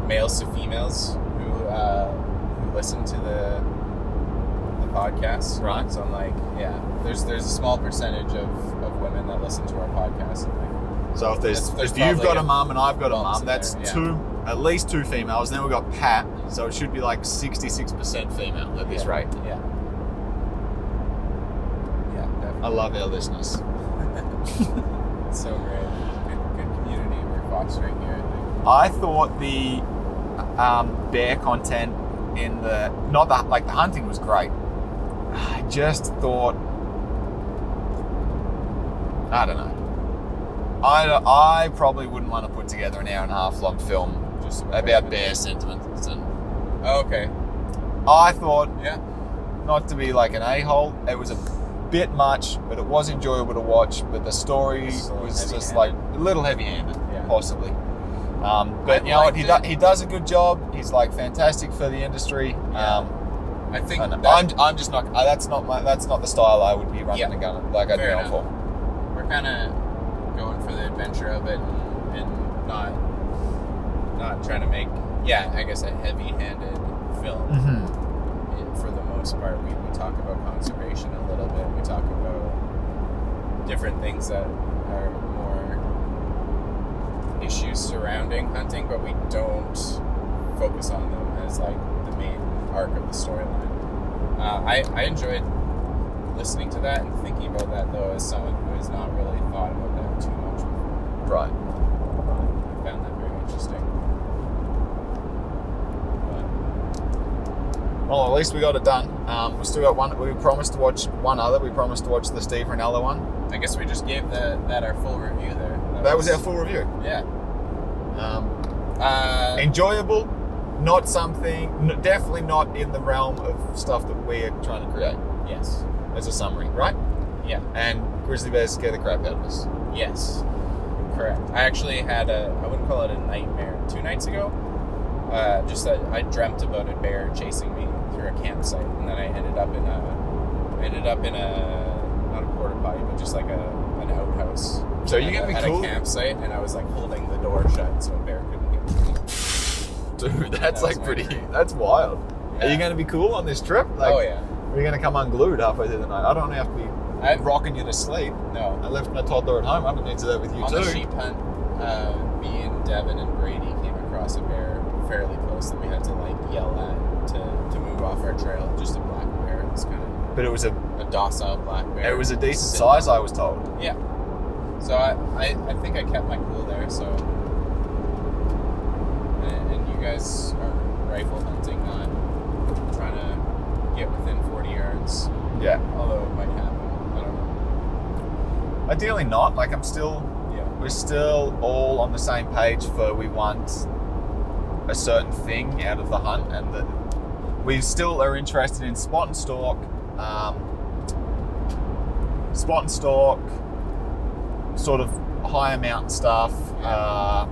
males to females who uh, who listen to the the podcast.
Right.
So I'm like, yeah. There's there's a small percentage of, of women that listen to our podcast. I'm like,
So if there's,
That's- there's
if you've got
probably
a
a-
mum and I've got a
mums
mum,
in
that's
there, yeah.
two at least two females. Then we've got Pat, so it should be like sixty six percent female at this rate.
yeah. Yeah, definitely.
I love our listeners.
It's so great. Good, good community we're fostering here. I
I thought the um, bear content in the not the like the hunting was great. I just thought I don't know. I, I probably wouldn't want to put together an hour and a half long film
think. Just
about bear sentiments and
Oh, okay.
I thought,
Yeah.
not to be like an a hole. It was a bit much, but it was enjoyable to watch. But the story
It's a little
was just like
heavy-handed.
a little heavy handed,
Yeah.
possibly. Um, but
I
you know what?
liked
He, do,
it.
he does a good job. He's like fantastic for the industry.
Yeah.
Um,
I think
and
that
I'm, I'm just not. Uh, that's not my. That's not the style I would be running
Yeah.
the gun like I'd
Fair
be on
enough.
for.
we're kind of going for the adventure of it and, and not not trying to make yeah, I guess a heavy-handed film. And for the most part, we, we talk about conservation a little bit. We talk about different things that are more issues surrounding hunting, but we don't focus on them as like the main arc of the storyline. Uh, I I enjoyed listening to that and thinking about that though, as someone who has not really thought about that too much before.
Right.
Um, I found that very interesting. But
Well, at least we got it done. Um, we still got one. We promised to watch one other. We promised to watch the Steve Ranella one.
I guess we just gave the, that our full review there.
That was our full review.
Yeah.
Um,
Uh,
enjoyable, not something, n- definitely not in the realm of stuff that we are trying to create.
yes.
As a summary, right?
Yeah.
And grizzly bears scare the crap out of us.
Yes, correct. I actually had a, I wouldn't call it a nightmare, two nights ago. Uh, just that I dreamt about a bear chasing me through a campsite, and then I ended up in a, I ended up in a, not a porta potty, but just like a, an outhouse.
So you're
at
gonna be
a- at
cool.
a campsite, and I was like holding the door shut so a bear couldn't get to me.
Dude, *laughs* that's
That was
like
my
pretty. That's wild. Are you
Yeah.
going to be cool on this trip? Like,
oh yeah,
We're going to come unglued halfway through the night. I don't have to be
I-
rocking you to sleep.
no.
I left my toddler at home. I'm going to need to do that with you
On
too.
the sheep hunt, uh, me and Devin and Brady came across a bear fairly close that we had to like yell at to, to move off our trail. Just a black bear. It was kind of
But it was a
a docile black bear.
it was a decent
Sit-
size, I was told.
Yeah. So I, I, I think I kept my cool there. So and, and you guys are rifle hunting, not trying to get within 40 yards.
Yeah.
Although it might happen. I don't know.
Ideally not. Like I'm still
Yeah.
we're still all on the same page for we want a certain thing out of the hunt and that we still are interested in spot and stalk. Um, spot and stalk sort of higher mountain stuff. Uh,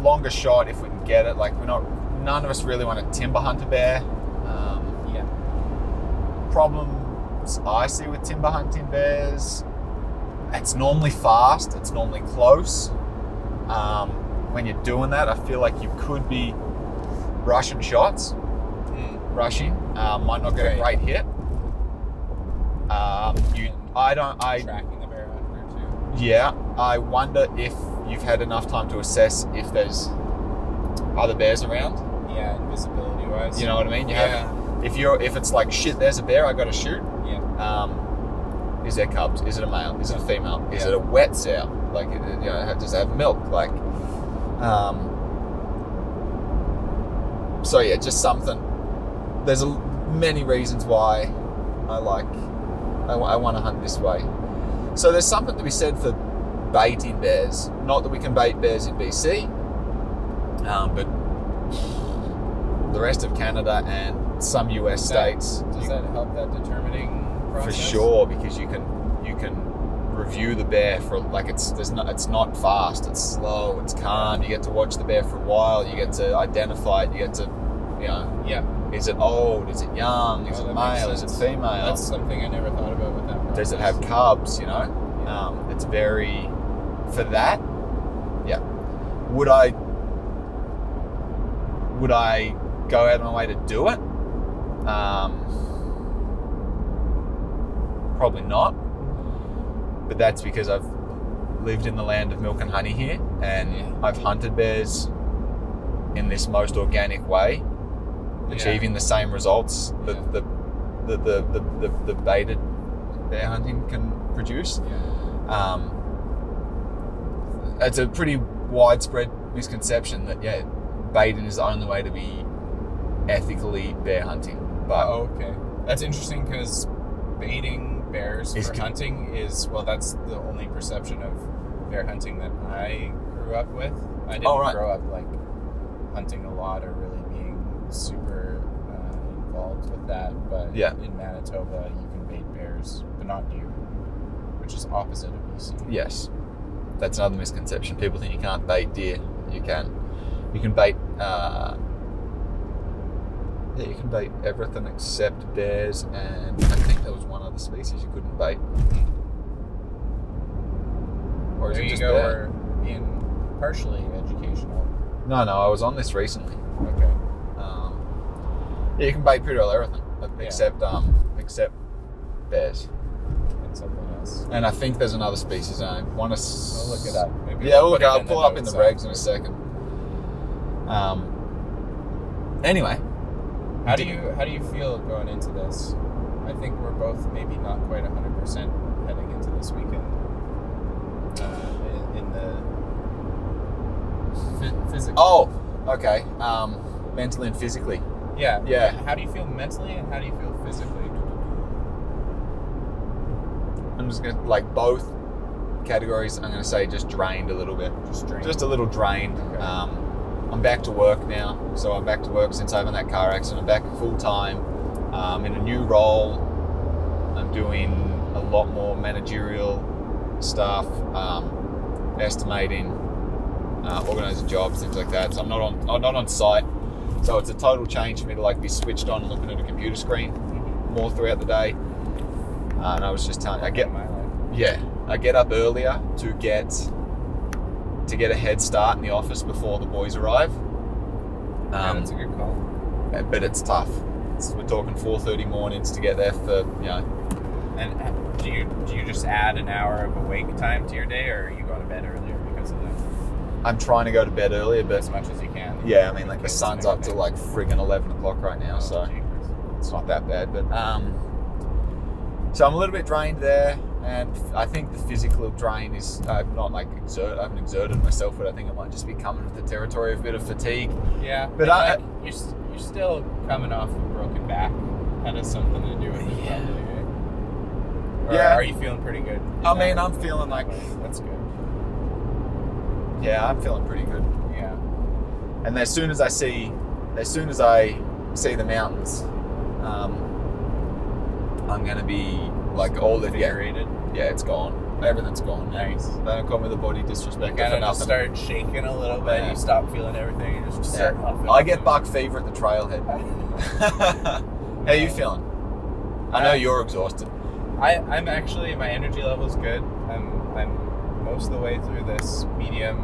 longer shot if we can get it. Like we're not none of us really want to timber hunt a bear. Um,
Yeah.
problems I see with timber hunting bears, it's normally fast, it's normally close. Um, when you're doing that, I feel like you could be rushing shots, rushing, uh, might not get a
Right.
great hit. Um, you, I don't, I,
Tracking the bear under too.
yeah, I wonder if you've had enough time to assess if there's other bears around.
Yeah, invisibility wise.
You know what I mean? You have,
Yeah.
if you're, if it's like shit, there's a bear, I got to shoot.
Yeah.
um, is there cubs? Is it a male? Is it a female? Is it a wet sow? Like, it- it- you know, does it have milk? Like, um, so yeah, just something. There's a, many reasons why I like, I, want to hunt this way. So there's something to be said for baiting bears. Not that we can bait bears in BC, um, but the rest of Canada and some US
That-
states.
Does
you-
that help that determining process?
for sure because you can you can review the bear for like it's there's not it's not fast it's slow it's calm you get to watch the bear for a while you get to identify it you get to you know
Yeah.
is it old is it young is
Oh,
it
that makes
male is it
sense.
female
That's something I never thought about with that. Process.
does it have cubs you know um, it's very for that yeah would i would i go out of my way to do it um, probably not but that's because i've lived in the land of milk and honey here and
Yeah.
i've hunted bears in this most organic way
Yeah.
achieving the same results that the, the, the, the, the, the baited bear hunting can produce.
Yeah.
Um, it's a pretty widespread misconception that, yeah, baiting is the only way to be ethically bear hunting. But
Oh, okay. That's interesting because baiting bears
Is
for
con-
hunting is well. That's the only perception of bear hunting that I grew up with. I didn't
Oh, right.
grow up like hunting a lot or really being super uh, involved with that. But
Yeah.
in Manitoba, you can bait bears, but not deer, which is opposite of BC.
yes, that's another misconception. People think you can't bait deer. You can. You can bait. Uh, yeah, you can bait everything except bears, and I think there was one other species you couldn't bait. Or is
There
it
you
just
go.
bear?
We're in partially educational.
No, no, I was on this recently.
Okay.
Um, yeah, uh, you can bait pretty well everything
Yeah.
except um, except bears.
And something else. else.
And I think there's another species. I want to. S-
I'll look it up. Maybe
Yeah, we'll
put
look it up. I'll
the
pull it up in the
notes
regs in a
afterwards.
second. Um. Anyway,
How do you how do you feel going into this? I think we're both maybe not quite hundred percent heading into this weekend. Uh, in, in the phy- physical.
Oh, okay. Um, mentally and physically.
yeah,
yeah.
How do you feel mentally and how do you feel physically?
I'm just gonna like both categories. I'm gonna say just drained a little bit.
Just drink.
Just a little drained. Um, I'm back to work now, so I'm back to work since having that car accident. I'm back full time um, in a new role. I'm doing a lot more managerial stuff, um, estimating, uh, organizing jobs, things like that. So I'm not on I'm not on site, so it's a total change for me to like be switched on and looking at a computer screen more throughout the day. Uh, and I was just telling, I get
my life.
yeah, I get up earlier to get to get a head start in the office before the boys arrive.
yeah,
Um,
that's a good call.
but it's tough. It's, we're talking four thirty mornings to get there for you know.
And uh, do you do you just add an hour of awake time to your day, or are you go to bed earlier because of that?
I'm trying to go to bed earlier,
As
but
much as you can.
yeah, I mean like the
Kids and
sun's up till
everything.
like friggin' eleven o'clock right now, so
Jeepers.
it's not that bad. But um, so I'm a little bit drained there, and I think the physical drain is I've not like exert I haven't exerted myself, but I think it might just be coming with the territory of a bit of fatigue.
Yeah,
But
but
I-
like, you're s- you're still coming off a broken back. That has something to do with it,
Yeah.
probably. Right? Or
Yeah.
Are you feeling pretty good?
I mean, I'm feeling like
that's good.
yeah, I'm feeling pretty good.
Yeah.
and as soon as I see, as soon as I see the mountains, um, I'm gonna be like all the yeah,
Invigorated.
yeah, it's gone. Everything's gone. now.
Nice.
They don't call me the body disrespect
You
for
kind of
nothing.
start shaking a little bit.
Yeah.
You stop feeling everything. You just
Yeah.
start. huffing
I
and
get
puffing.
buck fever at the trailhead. *laughs* How you feeling? I know
Uh,
you're exhausted.
I, I'm actually my energy level's good. I'm I'm most of the way through this medium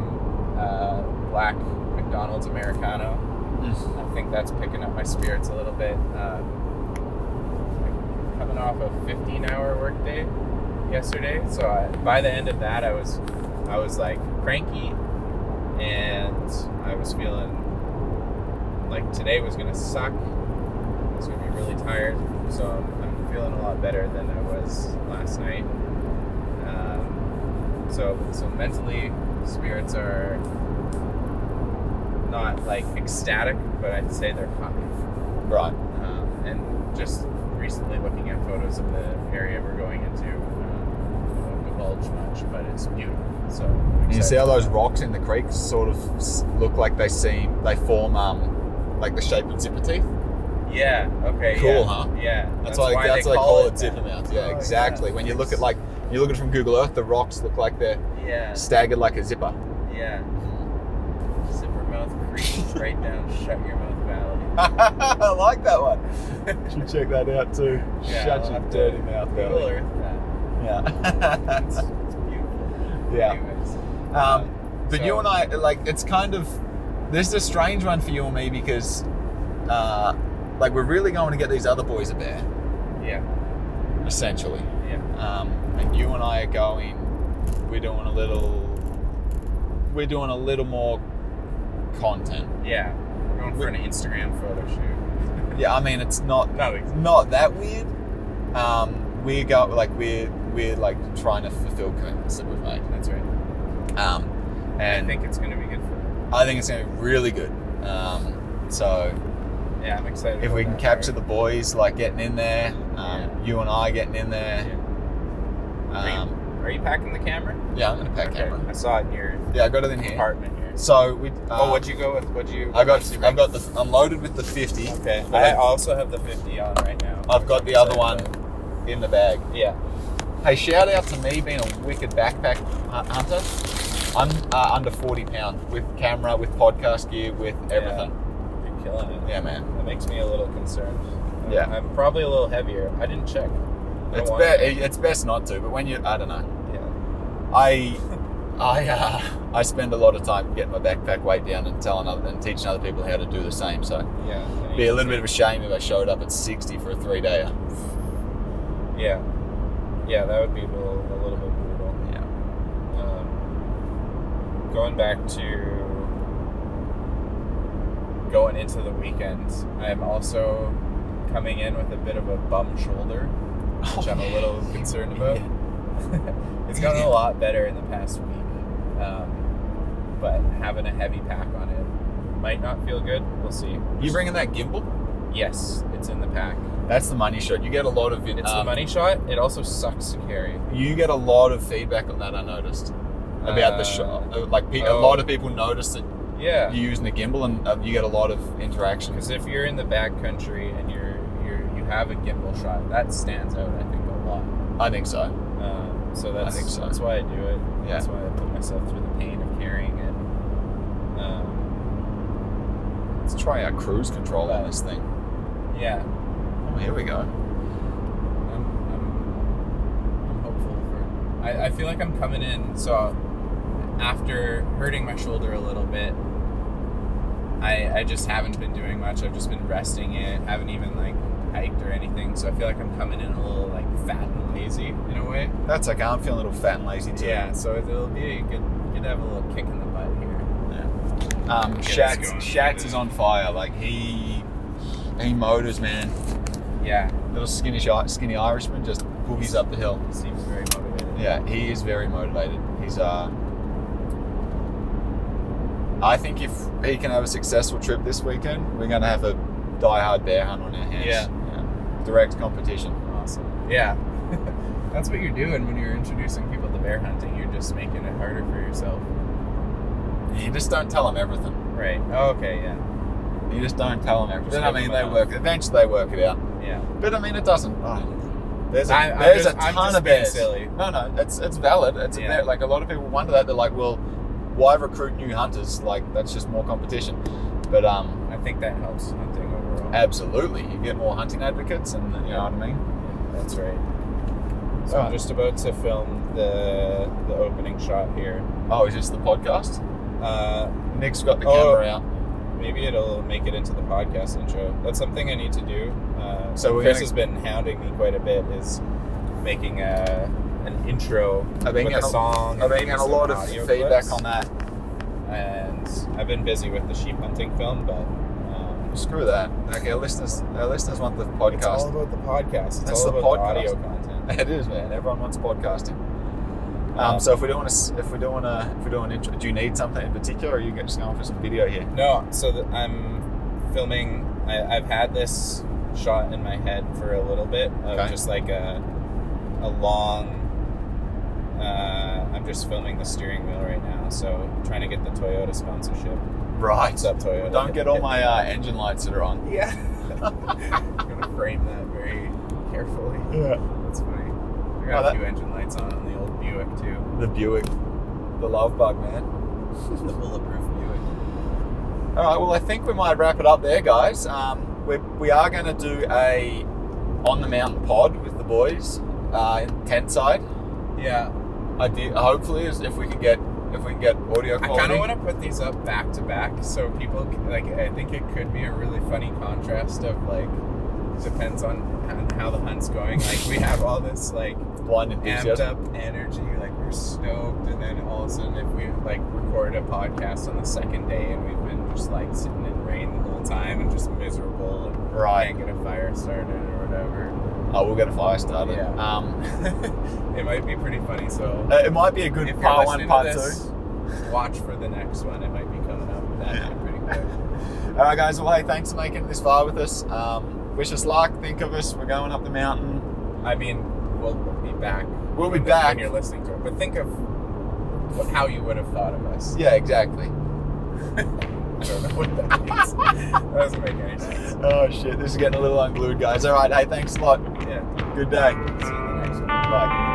uh, black McDonald's Americano.
mm.
I think that's picking up my spirits a little bit. Um, like, coming off a 15-hour workday yesterday, so I, by the end of that, I was I was like cranky, and I was feeling like today was gonna suck. I was gonna be really tired, so I'm, I'm feeling a lot better than I was last night. Um, so so mentally, spirits are not like ecstatic, but I'd say they're high.
Right.
Um, and just recently looking at photos of the area we're going into, um, I won't divulge much, but it's beautiful. So I'm
You see
excited.
how those rocks in the creek sort of s- look like they seem they form um like the shape of zipper teeth.
Yeah. Okay.
Cool,
yeah.
huh?
Yeah.
That's, why, that's why they call it
that.
zipper mouth. Yeah,
Oh,
exactly.
yeah.
When you look at like you look at it from Google Earth, the rocks look like they're
Yeah.
staggered like a zipper.
Yeah. Zipper mouth creep right down. Shut your mouth valley.
*laughs* I like that one. You should check that out too.
Yeah,
Shut
I'll
your
have to
dirty mouth,
Google
Valley.
Earth that.
*laughs* Yeah.
It's, it's beautiful.
yeah.
Anyways.
Um, but you
So-
and I, like, it's kind of this is a strange one for you and me because, uh, like, we're really going to get these other boys a bear,
Yeah.
essentially.
Yeah.
Um, and you and I are going. We're doing a little. We're doing a little more content.
Yeah. We're going for an Instagram photo shoot.
Yeah, I mean, it's not
Nothing.
not that weird. Um, we go like we're we're like trying to fulfill commitments that we've made.
That's right.
Um,
I
and
think it's going to be good for.
I think it's gonna be really good. Um, so
Yeah, I'm excited.
if
about
we can
that
capture
part.
the boys like getting in there, um,
Yeah.
you and I getting in there.
Yeah.
Um,
Are you packing the camera?
yeah, I'm gonna pack
Okay,
camera.
I saw it in your
Yeah, I got it in here.
apartment here.
So we. Uh,
oh, what'd you go with? What'd you?
I got I've got the I'm loaded with the fifty.
Okay.
Well,
I
I-
also have the 50 on right now.
I've got the other one in the bag.
Yeah.
Hey, shout out to me being a wicked backpack hu- hunter. I'm uh, under 40 pounds with camera, with podcast gear, with everything.
You're killing it.
Yeah, man.
That makes me a little concerned.
Yeah.
I'm probably a little heavier. I didn't check. I
It's,
want
be- it's best not to, but when you, I don't know.
Yeah.
I I, uh, I spend a lot of time getting my backpack weight down and telling other, and teaching other people how to do the same. So
Yeah.
it'd be a little bit of a shame if I showed up at 60 for a three day.
Yeah. yeah, that would be a little, a little bit brutal. Yeah. Um, going back to going into the weekend, I am also coming in with a bit of a bum
*laughs*
shoulder, which I'm a little concerned about. *laughs* it's gotten a lot better in the past week, um, but having a heavy pack on it might not feel good. We'll see.
You bringing that gimbal?
Yes, it's in the pack.
That's the money shot. You get a lot of vid-
It's the
um,
money shot. It also sucks to carry.
You get a lot of feedback on that. I noticed about
Uh,
the shot. Uh, Like pe-
oh.
a lot of people notice that
Yeah.
you're using the gimbal, and uh, you get a lot of interaction.
Because if you're in the back country and you're you're you have a gimbal shot, that stands out. I think a lot.
I think so.
Um, so that's
think so.
that's why I do it.
Yeah.
That's why I put myself through the pain of carrying it. Um,
Let's try our cruise control on this thing.
yeah,
Oh, here we go.
I'm, I'm, I'm hopeful for. I, I feel like I'm coming in. So after hurting my shoulder a little bit, I I just haven't been doing much. I've just been resting it. Haven't even like hiked or anything. So I feel like I'm coming in a little like fat and lazy in a way.
That's okay. I'm feeling a little fat and lazy too.
Yeah, so it'll be a good, good to have a little kick in the butt here.
Um,
Yeah,
Shats,
it's going.
Shats is on fire. Like he, he motors, man.
Yeah,
Little skinny, shi- skinny Irishman just boogies up the hill.
he seems very motivated.
Yeah, he is very motivated. He's uh I think if he can have a successful trip this weekend, we're gonna have a die-hard bear hunt on our hands.
Yeah.
Yeah. Direct competition.
Awesome. Yeah. *laughs* That's what you're doing when you're introducing people to bear hunting. You're just making it harder for yourself.
You just don't tell them everything.
Right. Oh, okay, yeah.
You just don't tell them everything.
Just
I
make
mean,
them
they
up.
work. Eventually, they work it out.
Yeah.
But I mean, it doesn't. Oh, there's a,
I- I'm
there's
just-
a
I'm
ton
just
of
being
bears.
silly.
No, no, it's it's valid. It's a,
Yeah.
like a lot of people wonder that. They're like, well, why recruit new hunters? Like that's just more competition. But um,
I think that helps hunting overall.
Absolutely, you get more hunting advocates, and you know what I mean.
That's right. So
Oh.
I'm just about to film the the opening shot here.
Oh, is this the podcast?
Uh,
Nick's got the
Oh.
camera out.
maybe it'll make it into the podcast intro. That's something I need to do.
So
Uh, so
we're
Chris
gonna-
has been hounding me quite a bit. Is making a, an intro
I've been getting
with a
a-
song.
I've
and
been
maybe
getting a
some
lot of
audio
feedback
clips.
on that.
and I've been busy with the sheep hunting film, but um,
Screw that. Okay, our listeners, our listeners want the
it's all
podcast.
about the podcast. It's
That's
all
the
about
podcast.
the audio content.
*laughs* It is, man. Everyone wants podcasting. Um,
Um,
so if we don't want to, if we don't want to, if we don't want intro, do you need something in particular, or are you just going for some video here?
No, so that I'm filming. I, I've had this shot in my head for a little bit of
Okay.
just like a a long. Uh, I'm just filming the steering wheel right now, so trying to get the Toyota sponsorship.
Right.
What's up, Toyota?
Well, don't get all my uh, engine lights that are on.
Yeah. I'm gonna frame that very carefully.
Yeah.
That's funny. I
Oh,
got
that-
a few engine lights on on the old Buick too.
The Buick, the love bug, man.
*laughs* the bulletproof Buick.
All right. Well, I think we might wrap it up there, guys. Um, we we are going to do a on the mountain pod with the boys uh, in tent side.
Yeah,
I did, hopefully is if we can get if we can get audio
I
quality.
kind of want to put these up back to back so people c- like. I think it could be a really funny contrast of like depends on on how the hunt's going. Like we have all this like
to blind
amped
enthusiasm.
up energy, like we're stoked, and then all of a sudden, if we like record a podcast on the second day and we've been just like sitting in rain the whole time and just miserable and
Right.
can't get a fire started or whatever. *laughs*
Oh, we'll get a fire started.
Yeah.
Um,
it might be pretty funny. So
uh, it might be a good
if you're
part one,
listening
part
to this,
two.
watch for the next one. It might be coming up that
Yeah.
day pretty quick.
All right, guys. Well, hey, thanks for making it this far with us. Um, wish us luck. Think of us. We're going up the mountain.
I mean, we'll be back.
We'll be
when-
back.
when you're listening to it. But think of what, how you would have thought of us.
Yeah, exactly.
I don't know what
*laughs*
that means. that doesn't make any sense.
Oh shit, this is getting a little unglued, guys. All right. Hey, thanks a lot.
Yeah.
Good day.
See you in the next one.
Bye.